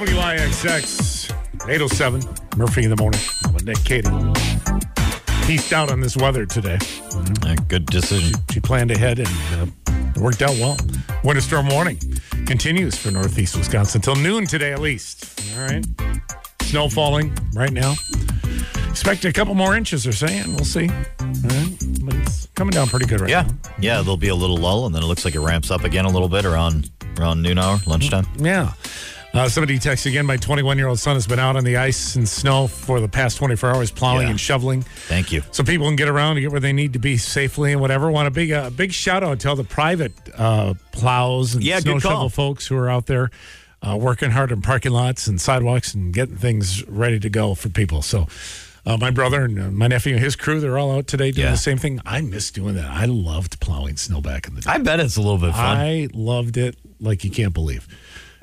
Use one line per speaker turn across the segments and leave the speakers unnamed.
WIXX 807, Murphy in the morning with Nick Katie. Peaced out on this weather today.
Uh, good decision.
She planned ahead and uh, it worked out well. Winter storm warning continues for northeast Wisconsin until noon today at least. All right. Snow falling right now. Expect a couple more inches, they're saying. We'll see. All right. But It's coming down pretty good right
Yeah,
now.
yeah. There'll be a little lull, and then it looks like it ramps up again a little bit around around noon hour, lunchtime.
Yeah. Uh, somebody texts again. My 21 year old son has been out on the ice and snow for the past 24 hours, plowing
Yeah.
and shoveling.
Thank you.
so people can get around and get where they need to be safely and whatever. Want a big a big shout out to all the private uh, plows and
Yeah,
snow
good call.
shovel folks who are out there uh, working hard in parking lots and sidewalks and getting things ready to go for people. So. Uh, my brother and uh, my nephew and his crew, they're all out today doing
Yeah.
the same thing. I miss doing that. I loved plowing snow back in the day.
I bet it's a little bit fun.
I loved it like you can't believe.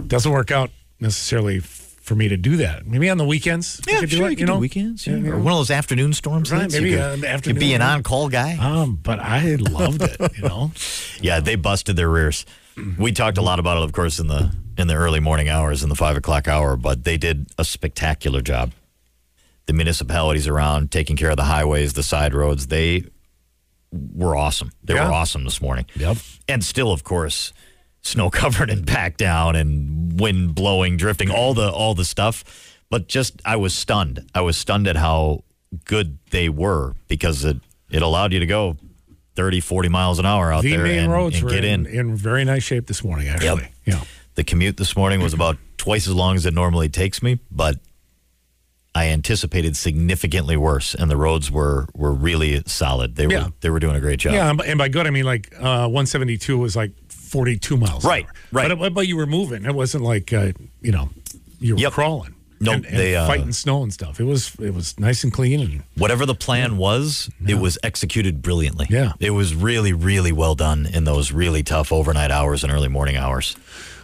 Doesn't work out necessarily f- for me to do that. Maybe on the weekends. I
yeah,
could
sure.
it,
you can do weekends, yeah,
Yeah,
or one of those afternoon storms.
Right,
hits, you
maybe,
could-
uh,
you
afternoon.
could be an on-call guy.
Um, but I loved it. You know,
Yeah, they busted their rears. We talked a lot about it, of course, in the in the early morning hours, in the five o'clock hour. But they did a spectacular job. The municipalities around taking care of the highways, the side roads, they were awesome. They
Yeah.
were awesome this morning.
Yep.
And still, of course, snow covered and packed down, and wind blowing, drifting, all the all the stuff. But just, I was stunned. I was stunned at how good they were because it it allowed you to go 30, 40 miles an hour out
the
there
main
and,
roads
and
were
get in.
in, in very nice shape this morning. Actually, yeah.
The commute this morning was about twice as long as it normally takes me, but I anticipated significantly worse, and the roads were were really solid. They were
Yeah.
they were doing a great job.
Yeah, and by- and by good I mean like uh, 172 was like 42 miles. an
Right,
hour.
right.
But, it- but you were moving. It wasn't like uh, you know you were
Yep.
crawling.
Nope,
and, and
they, uh,
fighting snow and stuff. It was it was nice and clean and
Whatever the plan was, it was executed brilliantly.
Yeah.
it was really really well done in those really tough overnight hours and early morning hours.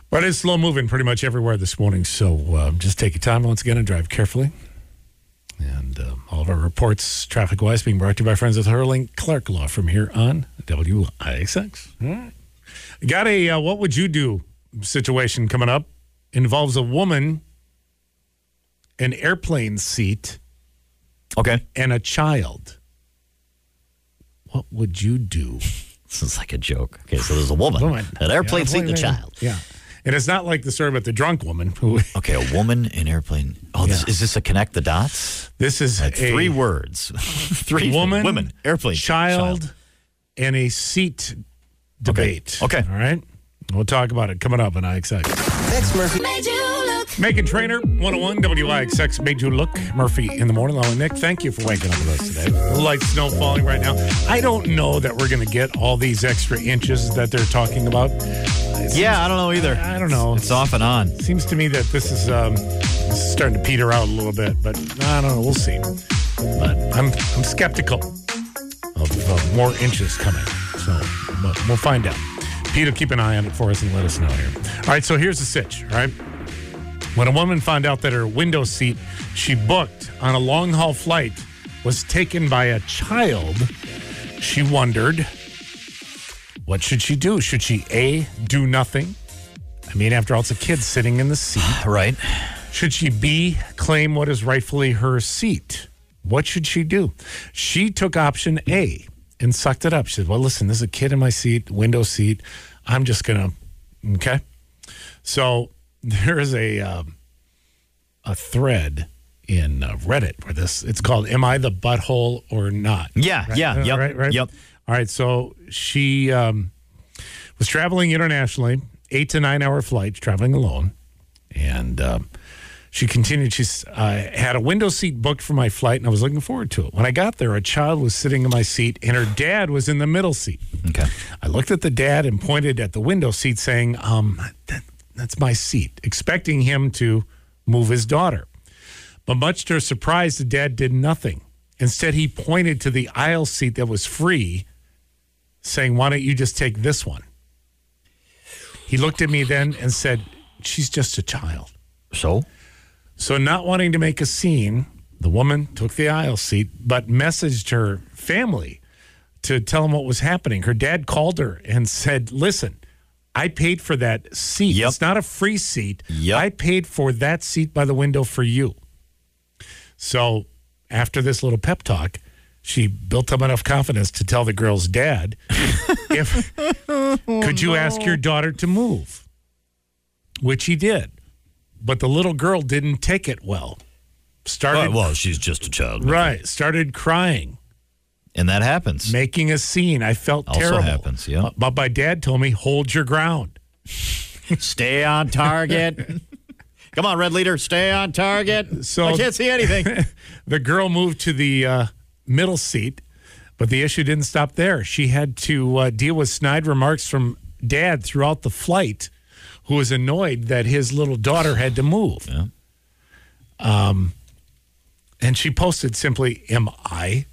But it's slow moving pretty much everywhere this morning, so uh, just take your time once again and drive carefully. And um, all of our reports, traffic wise, being brought to you by friends with Hurling Clark Law from here on WIXX. All
Hmm.
right. Got a uh, what would you do situation coming up. Involves a woman, an airplane seat,
Okay,
and a child. What would you do?
this is like a joke. Okay, so there's a woman, an airplane
Yeah,
seat, and a child.
Yeah. And it's not like the story about the drunk woman who
Okay, a woman, an airplane. Oh, this,
Yeah.
is this a connect the dots?
This is
Like
a
three words, three
woman,
women, airplane,
child, and a seat debate.
Okay.
All right. We'll talk about it coming up on IXX.
Thanks, Murphy.
Megan Trainer, 101 WIXX made you look. Murphy in the morning. Along with Nick, thank you for waking up with us today. Light snow falling right now. I don't know that we're going to get all these extra inches that they're talking about.
Yeah, I don't know either.
I don't know.
It's off and on.
Seems to me that this is um, this is starting to peter out a little bit, but I don't know. We'll see. But I'm I'm skeptical of uh, more inches coming, so but we'll find out. Pete will keep an eye on it for us and let us know here. All right, so here's the sitch. All right, when a woman found out that her window seat she booked on a long haul flight was taken by a child, she wondered. What should she do? Should she A, do nothing? I mean, after all, it's a kid sitting in the seat.
Right.
Should she B, claim what is rightfully her seat? What should she do? She took option A and sucked it up. She said, Well, listen, there's a kid in my seat, window seat. I'm just going to, okay. So there is a, um, a thread in uh, Reddit where this, it's called Am I the Butthole or Not?
Yeah, yeah,
Uh,
yep,
Right, right.
yep.
All right. So she um, was traveling internationally, eight to nine hour flight, traveling alone. And um, she continued. She's I had a window seat booked for my flight, and I was looking forward to it. When I got there, a child was sitting in my seat, and her dad was in the middle seat.
Okay.
I looked at the dad and pointed at the window seat, saying, um, that, That's my seat, expecting him to move his daughter. But much to her surprise, the dad did nothing. Instead, he pointed to the aisle seat that was free, saying, Why don't you just take this one? He looked at me then and said, She's just a child.
So
So, not wanting to make a scene, the woman took the aisle seat, but messaged her family to tell them what was happening. Her dad called her and said, Listen, I paid for that seat.
Yep.
It's not a free seat.
Yep.
I paid for that seat by the window for you. So after this little pep talk, she built up enough confidence to tell the girl's dad, if could you ask your daughter to move? Which he did. But the little girl didn't take it well. Started
Well, well, she's just a child.
right, started crying
And that happens.
making a scene. I felt
Also
terrible.
happens, yeah.
Uh, But my dad told me, hold your ground. Uh,
Stay on target. Come on, red leader, stay on target.
So-
I can't see anything.
The girl moved to the uh, middle seat, but the issue didn't stop there. She had to uh, deal with snide remarks from dad throughout the flight, who was annoyed that his little daughter had to move.
Yeah.
Um, and she posted simply, Am I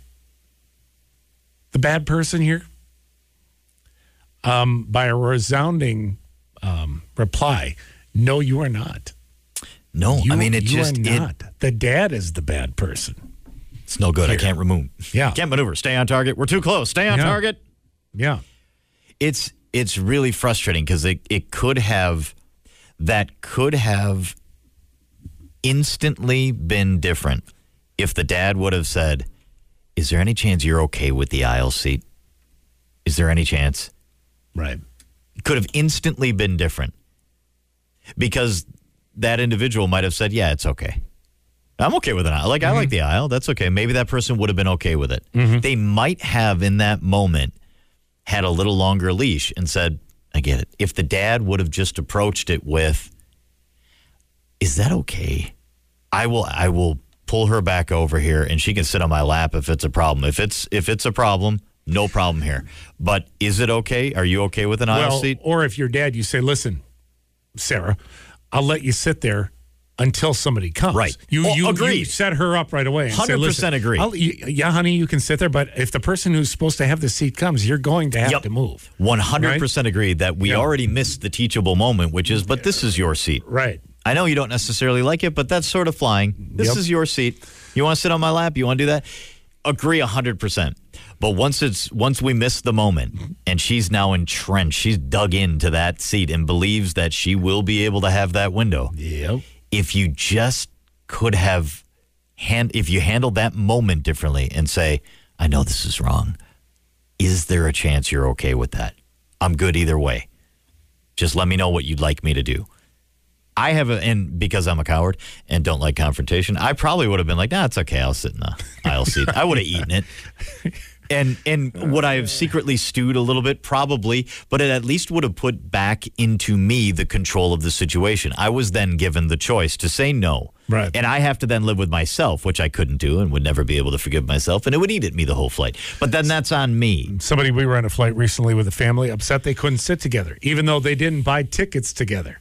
the bad person here? Um, by a resounding um, reply, No, you are not.
No,
You-
I mean it
you
just
are
it,
not. the dad is the bad person.
it's no good. I can't remove.
Yeah.
Can't maneuver. Stay on target. We're too close. Stay on
Yeah.
target.
Yeah.
It's it's really frustrating because it, it could have that could have instantly been different if the dad would have said, Is there any chance you're okay with the aisle seat? Is there any chance?
Right.
could have instantly been different because that individual might have said, "Yeah, it's okay. I'm okay with an aisle. Like I like the aisle. That's okay." Maybe that person would have been okay with it. They might have in that moment had a little longer leash and said, "I get it." If the dad would have just approached it with, "Is that okay? I will I will pull her back over here and she can sit on my lap if it's a problem. If it's if it's a problem, no problem here. But is it okay? Are you okay with an aisle
Well,
seat?
or if you're dad, you say, "Listen, Sarah, I'll let you sit there until somebody comes."
Right.
You
Well,
you, you
agreed.
set her up right away. and say,
100%
"Listen,
agree.
I'll- you- yeah, honey, you can sit there, but if the person who's supposed to have the seat comes, you're going to have
Yep.
to move.
100% agree that we
Yeah.
already missed the teachable moment, which is, but this is your seat.
Right.
I know you don't necessarily like it, but that's sort of flying. This
Yep.
is your seat. You want to sit on my lap? You want to do that? Agree 100%. But once it's once we miss the moment and she's now entrenched, she's dug into that seat and believes that she will be able to have that window.
Yep.
If you just could have hand if you handled that moment differently and say, "I know this is wrong. Is there a chance you're okay with that? I'm good either way. Just let me know what you'd like me to do." I have a, and because I'm a coward and don't like confrontation, I probably would have been like, nah, it's okay. I'll sit in the aisle seat. I would have eaten it. And and would I have secretly stewed a little bit? Probably, but it at least would have put back into me the control of the situation. I was then given the choice to say no.
Right.
And I have to then live with myself, which I couldn't do and would never be able to forgive myself, and it would eat at me the whole flight. But then that's on me.
Somebody we were on a flight recently with a family upset they couldn't sit together, even though they didn't buy tickets together.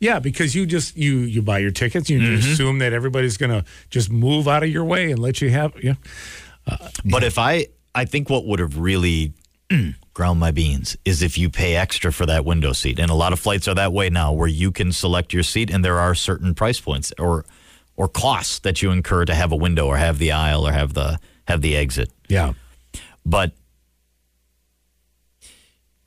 Yeah, because you just you you buy your tickets, you assume that everybody's going to just move out of your way and let you have yeah.
But if I, I think what would have really ground my beans is if you pay extra for that window seat. And a lot of flights are that way now where you can select your seat and there are certain price points or or costs that you incur to have a window or have the aisle or have the have the exit.
Yeah.
But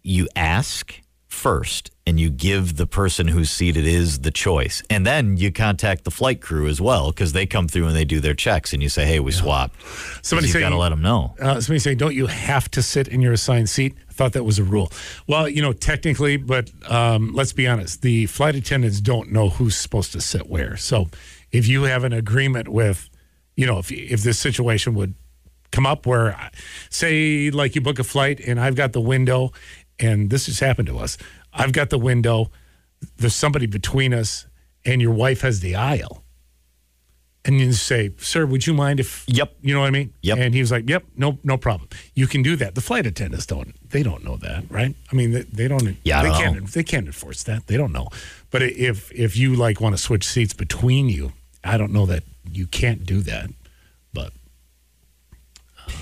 you ask first and you give the person whose seat it is the choice. And then you contact the flight crew as well because they come through and they do their checks and you say, "Hey, we swapped." 'Cause
Somebody
you've
say
got to let them know.
uh, somebody saying, "Don't you have to sit in your assigned seat?" I thought that was a rule. Well, you know, technically, but um, let's be honest: the flight attendants don't know who's supposed to sit where. So, if you have an agreement with, you know, if if this situation would come up where, I- say, like you book a flight and I've got the window, and this just happened to us. I've got the window. There's somebody between us, and your wife has the aisle. And you say, "Sir, would you mind if?"
Yep.
You know what I mean?
Yep.
And he was like, "Yep, no, no problem. You can do that." The flight attendants don't. They don't know that, right? I mean, they, they don't.
Yeah, I
they
don't
can't. They can't enforce that. They don't know. But i- if if you like want to switch seats between you, I don't know that you can't do that. But um,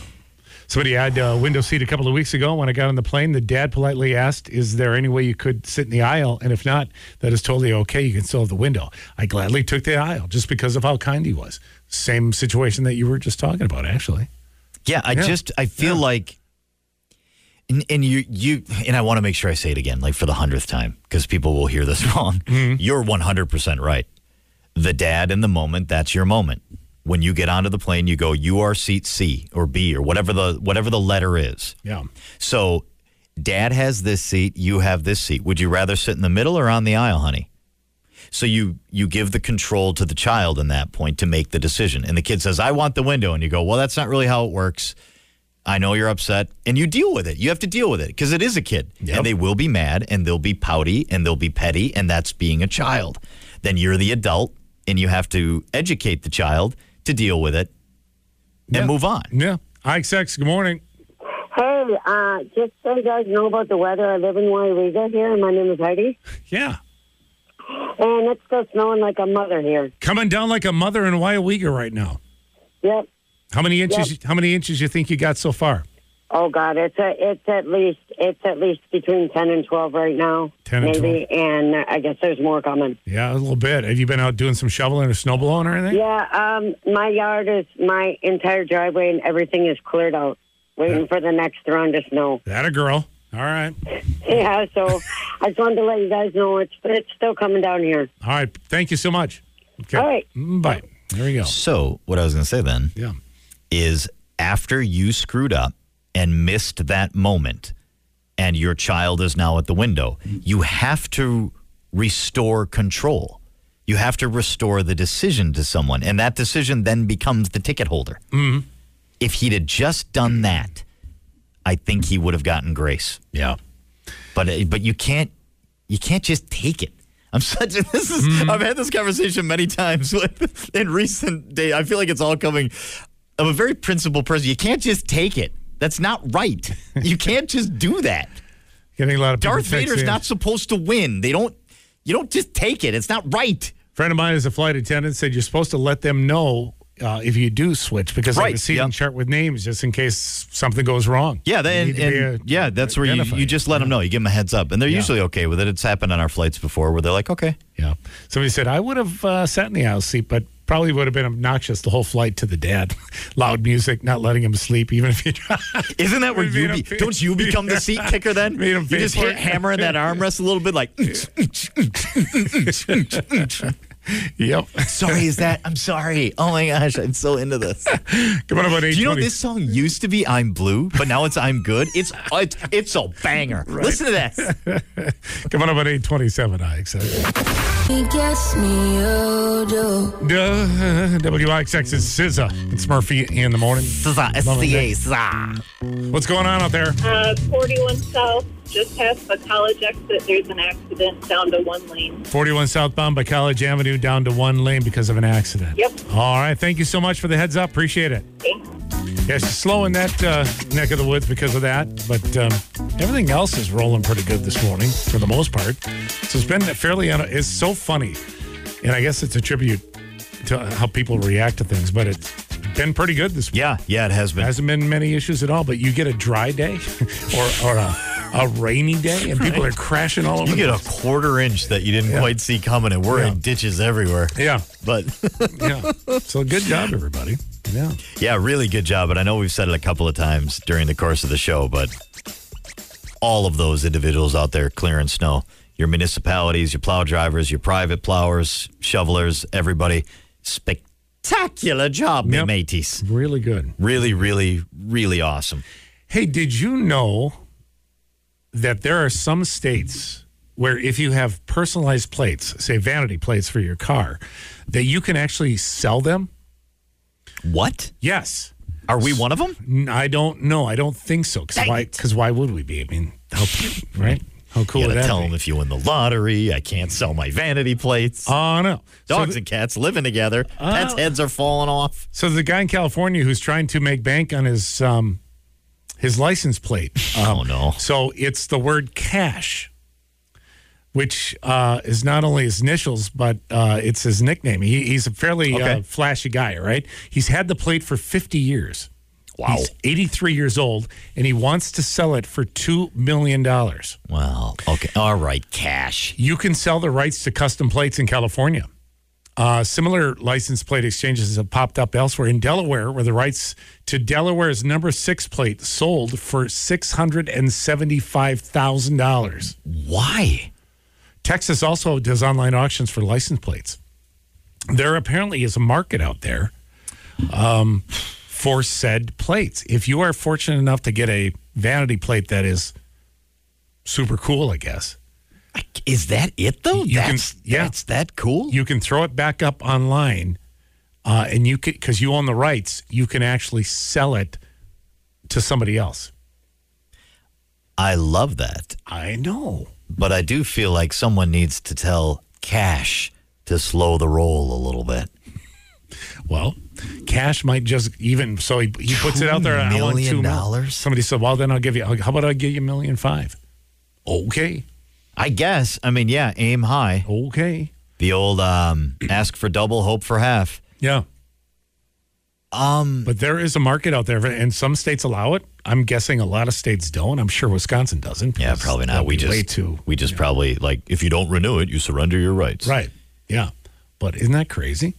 somebody had a window seat a couple of weeks ago when I got on the plane. The dad politely asked, "Is there any way you could sit in the aisle?" And if not, that is totally okay. You can still have the window. I gladly took the aisle just because of how kind he was. Same situation that you were just talking about, actually.
Yeah, I just I feel like and, and you you and I want to make sure I say it again, like for the hundredth time, because people will hear this wrong. You're one hundred percent right. The dad in the moment, that's your moment. When you get onto the plane, you go, you are seat C or B or whatever the whatever the letter is.
Yeah.
So dad has this seat, you have this seat. Would you rather sit in the middle or on the aisle, honey? So you you give the control to the child in that point to make the decision. And the kid says, "I want the window." And you go, "Well, that's not really how it works. I know you're upset." And you deal with it. You have to deal with it because it is a kid. And they will be mad and they'll be pouty and they'll be petty and that's being a child. Then you're the adult and you have to educate the child to deal with it and
Yeah.
move on.
Yeah. Ike Sex, good morning.
Hey, uh, just so you guys know about the weather, I live in Wairega here, and my name is Heidi.
Yeah.
And it's still snowing like a mother here.
Coming down like a mother in Waiwega right now.
Yep.
How many inches how many inches you think you got so far?
Oh God, it's a, it's at least it's at least between ten and twelve right now.
10 and
maybe, and I guess there's more coming.
Yeah, a little bit. Have you been out doing some shoveling or snow blowing or anything?
Yeah, um, my yard is my entire driveway and everything is cleared out, waiting for the next round of snow.
That a girl. All right.
Yeah, so I just wanted to let you guys know it's it's still coming down here.
All right. Thank you so much. Okay.
All right.
Mm, Bye. There you go.
So, what I was going to say then
Yeah.
is after you screwed up and missed that moment and your child is now at the window, you have to restore control. You have to restore the decision to someone. And that decision then becomes the ticket holder. If he'd have just done that, I think he would have gotten grace.
Yeah.
But but you can't you can't just take it. I'm such a this is
Hmm.
I've had this conversation many times with, in recent days. I feel like it's all coming. I'm a very principled person. You can't just take it. That's not right. You can't just do that.
Getting a lot of people
Darth Vader's
texting.
not supposed to win. They don't. You don't just take it. It's not right.
friend of mine is a flight attendant said you're supposed to let them know uh, if you do switch because I have a
Right,
seating
yeah.
chart with names just in case something goes wrong.
Yeah,
You
then
need
and,
to be a-
yeah, that's where you,
identify
you
it.
just let them know. You give them a heads up, and they're
Yeah.
usually okay with it. It's happened on our flights before where they're like, okay,
yeah. Somebody said I would have uh, sat in the aisle seat, but probably would have been obnoxious the whole flight to the dad. Loud music, not letting him sleep, even if he
Isn't that where
Made
you
him
be,
pay-
don't you become the seat kicker then?
Made him
you
pay
just
for
hit
it.
hammering that armrest a little bit, like.
yep.
sorry, is that? I'm sorry. Oh my gosh, I'm so into this.
Come on, about eight
Do you know
twenty.
this song used to be "I'm Blue," but now it's "I'm Good." It's it's, it's a banger. Listen to this.
Come on, about eight twenty-seven. I accept.
He gets me oh, out of
WIXX is SZA. It's Murphy in the morning. What's going on out there?
Uh, 41 South, just past the college exit, there's an accident down to one lane.
41 southbound by College Avenue down to one lane because of an accident.
Yep.
All right. Thank you so much for the heads up. Appreciate it.
Thanks.
Yeah, she's slow in that uh, neck of the woods because of that. But um, everything else is rolling pretty good this morning for the most part. So it's been fairly, un- it's so funny. And I guess it's a tribute to how people react to things, but it's been pretty good this week.
Yeah, yeah, it has been.
Hasn't been many issues at all, but you get a dry day or, or a, a rainy day and people are crashing all over
You
the
get a
place.
quarter inch that you didn't quite see coming, and we're
Yeah.
in ditches everywhere.
Yeah.
But
yeah. So good job, everybody. Yeah.
Yeah, really good job. And I know we've said it a couple of times during the course of the show, but all of those individuals out there clearing snow, your municipalities, your plow drivers, your private plowers, shovelers, everybody, spectacular job,
Yep.
yep. mateys.
Really good.
Really, really, really awesome.
Hey, did you know that there are some states where if you have personalized plates, say vanity plates for your car, that you can actually sell them?
What?
Yes.
Are we one of them?
N- I don't know. I don't think so. Because
Dang
why,
it.
'cause why would we be? I mean, how, right? How cool
You
would
gotta
that
tell
be?
them if you win the lottery. I can't sell my vanity plates.
Oh, no. So Oh.
Dogs
th-
and cats living together. Pets' heads are falling off.
So the guy in California who's trying to make bank on his um, his license plate.
oh no!
So it's the word cash, which uh, is not only his initials, but uh, it's his nickname. He, he's a fairly uh,
Okay.
flashy guy, right? He's had the plate for 50 years.
Wow.
He's 83 years old, and he wants to sell it for $2 million.
Well, okay, all right, cash.
You can sell the rights to custom plates in California. Uh, similar license plate exchanges have popped up elsewhere in Delaware, where the rights to Delaware's number six plate sold for six hundred and seventy-five thousand dollars.
Why?
Texas also does online auctions for license plates. There apparently is a market out there um, for said plates. If you are fortunate enough to get a vanity plate that is super cool, I guess,
Is that it though?
You can-
that's
yeah.
that's that cool.
you can throw it back up online uh, and you can, because you own the rights, you can actually sell it to somebody else.
I love that,
I know.
but I do feel like someone needs to tell Cash to slow the roll a little bit.
Well, cash might just even so he, he puts it out there. I want
Million
two mil.
dollars?
Somebody said, "Well, then I'll give you. How about I give you a million five? Okay,
I guess. I mean, yeah, aim high.
okay,
The old um, ask for double, hope for half.
yeah.
Um,
But there is a market out there, and some states allow it. I'm guessing a lot of states don't. I'm sure Wisconsin doesn't.
yeah, probably not.
That'd
We
be
just
way too
we just probably like if you don't renew it, you surrender your rights.
right. Yeah, but isn't that crazy?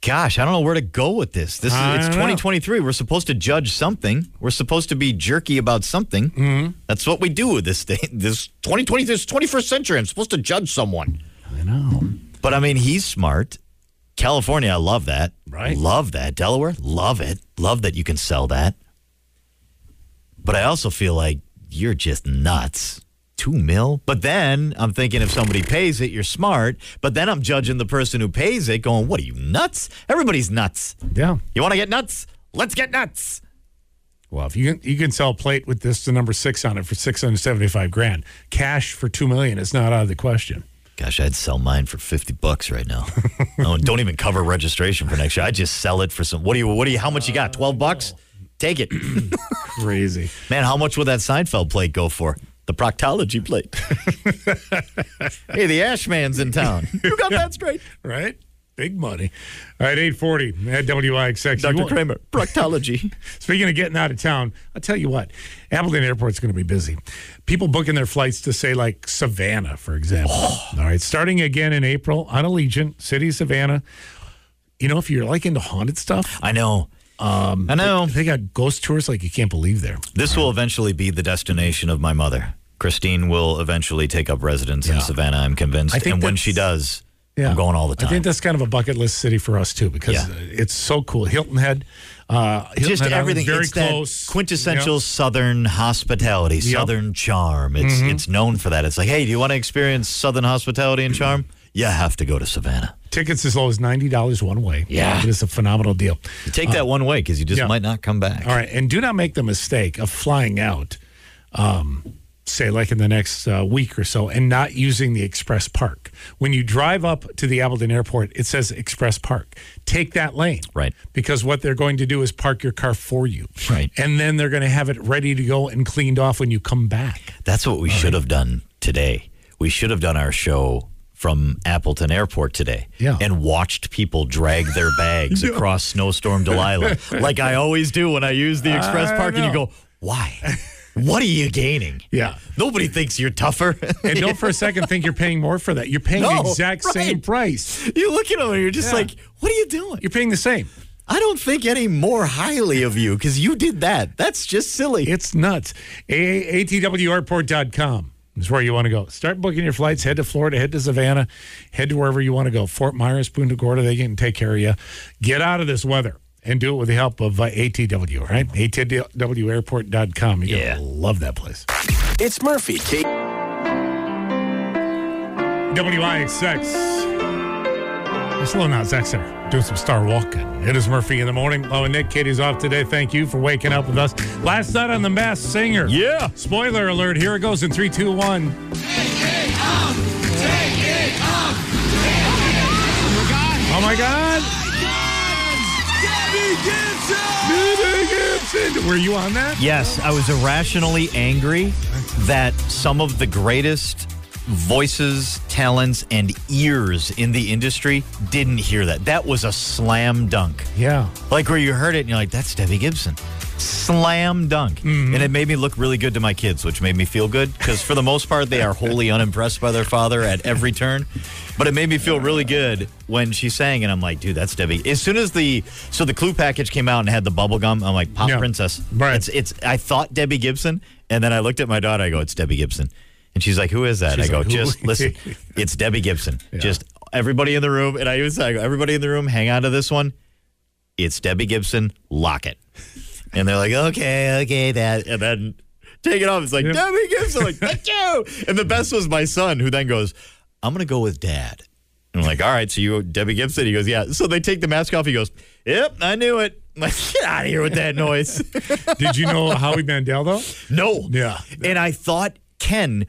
Gosh, I don't know where to go with this. This is
I
it's
don't know.
2023. We're supposed to judge something. We're supposed to be jerky about something.
Mm-hmm.
That's what we do with this thing. This 2020, this 21st century. I'm supposed to judge someone.
I know.
But I mean, he's smart. California, I love that.
Right.
Love that. Delaware, love it. Love that you can sell that. But I also feel like you're just nuts. Two mil. But then I'm thinking if somebody pays it, you're smart. But then I'm judging the person who pays it, going, what are you nuts? Everybody's nuts.
Yeah.
You want to get nuts? Let's get nuts.
Well, if you can, you can sell a plate with this the number six on it for six hundred seventy-five grand, cash for two million is not out of the question.
Gosh, I'd sell mine for fifty bucks right now. oh, don't even cover registration for next year. I just sell it for some. What do you? What do you? How much you got? Twelve bucks? Take it.
Crazy.
Man, how much would that Seinfeld plate go for? The proctology plate. hey, the Ash Man's in town. You got that straight.
right? Big money. All right, 840 at WIXX. You
Dr.
won't-
Kramer, proctology.
Speaking of getting out of town, I'll tell you what, Appleton Airport's going to be busy. People booking their flights to, say, like Savannah, for example. All right, starting again in April on Allegiant, City of Savannah. You know, if you're like into haunted stuff,
I know. Um, I know.
they got ghost tours like you can't believe there.
This will eventually be the destination of my mother. Christine will eventually take up residence in Savannah, I'm convinced.
I think
and when
that's-
she does, I'm going all the time.
I think that's kind of a bucket list city for us too because
Yeah.
uh, it's so cool. Hilton Head, uh, Hilton
just
Head Island,
everything
very
it's
close,
that quintessential
Yeah.
southern hospitality southern charm it's
Mm-hmm.
it's known for that it's like hey do you want to experience southern hospitality and charm you have to go to savannah
Tickets as low as ninety dollars one way.
Yeah.
it is a phenomenal deal.
you take that one way because you just
yeah.
might not come back
All right, and do not make the mistake of flying out, um, say like in the next uh, week or so, and not using the express park. When you drive up to the Appleton Airport, it says express park. Take that lane,
Right.
Because what they're going to do is park your car for you,
Right.
And then they're going to have it ready to go and cleaned off when you come back.
that's what we should have done today we should have done our show from Appleton Airport today,
Yeah.
and watched people drag their bags across Snowstorm Delilah, like I always do when I use the express
I
park. And you
know.
go, "Why? what are you gaining?
Yeah.
nobody thinks you're tougher."
And don't for a second think you're paying more for that. You're paying the
No,
exact same
right.
price.
You look at him and you're just
Yeah.
like, what are you doing?
You're paying the same.
I don't think any more highly of you because you did that. That's just silly.
It's nuts. A- ATWAirport.com is where you want to go. Start booking your flights. Head to Florida. Head to Savannah. Head to wherever you want to go. Fort Myers, Punta Gorda. They can take care of you. Get out of this weather and do it with the help of uh, ATW. all Right? ATWAirport.com. You're
Yeah.
gonna love that place.
It's Murphy, Kate,
WIXX. Slow now, Zach Center. Do some star walking. It is Murphy in the morning. Lo and Nick, Katie's off today. Thank you for waking up with us. Last night on The Masked Singer.
Yeah.
Spoiler alert. Here it goes in three, two, one. Oh my God. Debbie Gibson. Were you on that?
Yes, I was irrationally angry that some of the greatest voices, talents, and ears in the industry didn't hear that. That was a slam dunk.
Yeah.
Like where you heard it and you're like, that's Debbie Gibson. Slam dunk.
Mm-hmm.
And it made me look really good to my kids, which made me feel good because for the most part, they are wholly unimpressed by their father at every turn. But it made me feel really good when she sang, and I'm like, dude, that's Debbie. As soon as the so the clue package came out and had the bubble gum, I'm like, pop
Yeah.
princess.
Right.
It's it's. I thought Debbie Gibson, and then I looked at my daughter. I go, it's Debbie Gibson, and she's like, who is that?
She's
I go,
like, who?
just listen, it's Debbie Gibson. Just everybody in the room, and I was like, everybody in the room, hang on to this one. It's Debbie Gibson. Lock it. And they're like, okay, okay, that. And then take it off. It's like, Debbie Gibson. like, thank you. And the best was my son, who then goes, I'm going to go with dad. And I'm like, all right, so you, Debbie Gibson. He goes, yeah. So they take the mask off. He goes, yep, I knew it. I'm like, get out of here with that noise.
Did you know Howie Mandel though?
no.
Yeah.
And I thought, Ken.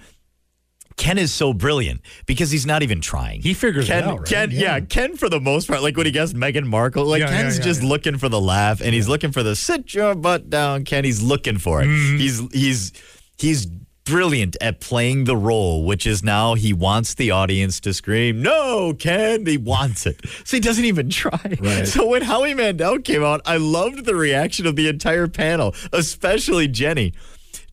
Ken is so brilliant because he's not even trying.
He figures it
Ken,
out, right?
Ken, yeah. Ken for the most part, like when he guessed Meghan Markle, like
Yeah, yeah,
Ken's
yeah,
just
yeah.
looking for the laugh and he's looking for the sit your butt down, Ken. He's looking for it.
Mm-hmm.
He's he's he's brilliant at playing the role, which is now he wants the audience to scream, No, Ken, he wants it. So he doesn't even try.
Right.
So when Howie Mandel came out, I loved the reaction of the entire panel, especially Jenny.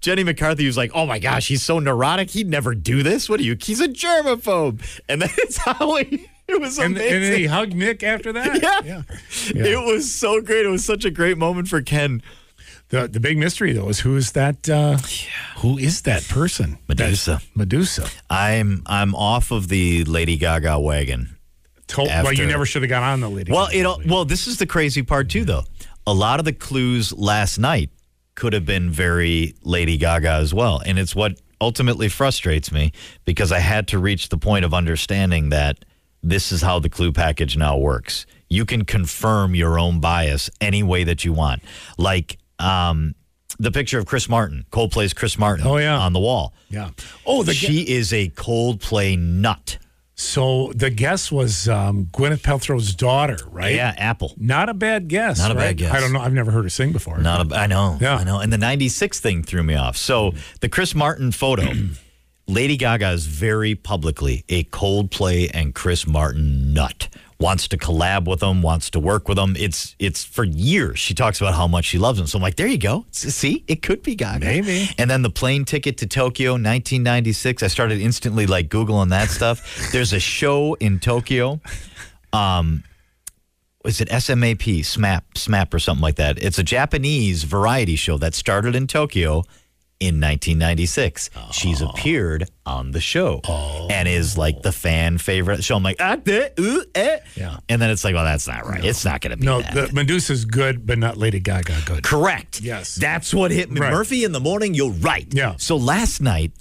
Jenny McCarthy was like, "Oh my gosh, he's so neurotic. He'd never do this. What are you? He's a germaphobe." And then it's Howie. It was
And,
amazing.
and then he hugged Nick after that.
Yeah.
Yeah.
It was so great. It was such a great moment for Ken.
The the big mystery though is who is that? Uh, Who is that person?
Medusa.
That- Medusa.
I'm I'm off of the Lady Gaga wagon.
Told, well, you
After-
never should have got on the lady.
Well, it all, well, this is the crazy part too though. A lot of the clues last night could have been very Lady Gaga as well, and it's what ultimately frustrates me because I had to reach the point of understanding that this is how the clue package now works. You can confirm your own bias any way that you want. Like um the picture of Chris Martin, Coldplay's Chris Martin
Oh, yeah.
on the wall.
yeah. Oh, the
she is a Coldplay nut.
so the guess was um, Gwyneth Paltrow's daughter, right?
Yeah, Apple.
Not a bad guess.
Not a bad
right?
guess.
I don't know. I've never heard her sing before.
Not a, I know.
Yeah.
I know. And the 96 thing threw me off. So the Chris Martin photo, Lady Gaga is very publicly a Coldplay and Chris Martin nut. Wants to collab with them, wants to work with them. It's it's for years. She talks about how much she loves them. So I'm like, there you go. S- See, it could be Gaga.
Maybe.
And then the plane ticket to Tokyo, 1996. I started instantly like googling that stuff. There's a show in Tokyo is it SMAP, SMAP, SMAP, or something like that? It's a Japanese variety show that started in Tokyo in 1996. She's
Oh.
appeared on the show and is like the fan favorite. So I'm like, ah, de, ooh, eh.
Yeah.
and then it's like, well, that's not right. It's not going to be
No,
that.
the, Medusa's good, but not Lady Gaga good.
Correct.
Yes.
That's what hit me.
Right.
Murphy in the morning, you're right.
Yeah.
So last night,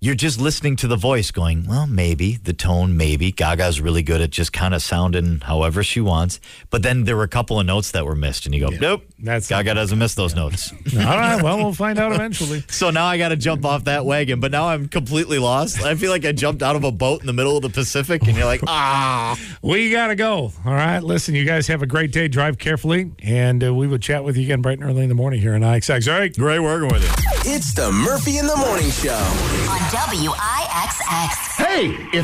you're just listening to the voice going, well, maybe, the tone, maybe. Gaga's really good at just kind of sounding however she wants. But then there were a couple of notes that were missed, and you go, nope.
That's-
Gaga doesn't miss those notes.
All right. Well, we'll find out eventually.
so now I got to jump off that wagon, but now I'm completely lost. I feel like I jumped out of a boat in the middle of the Pacific, and you're like, ah.
We got to go. All right. Listen, you guys have a great day. Drive carefully. And uh, we will chat with you again bright and early in the morning here on IXX. All right.
Great working with you.
It's the Murphy in the Morning Show.
on WIXX.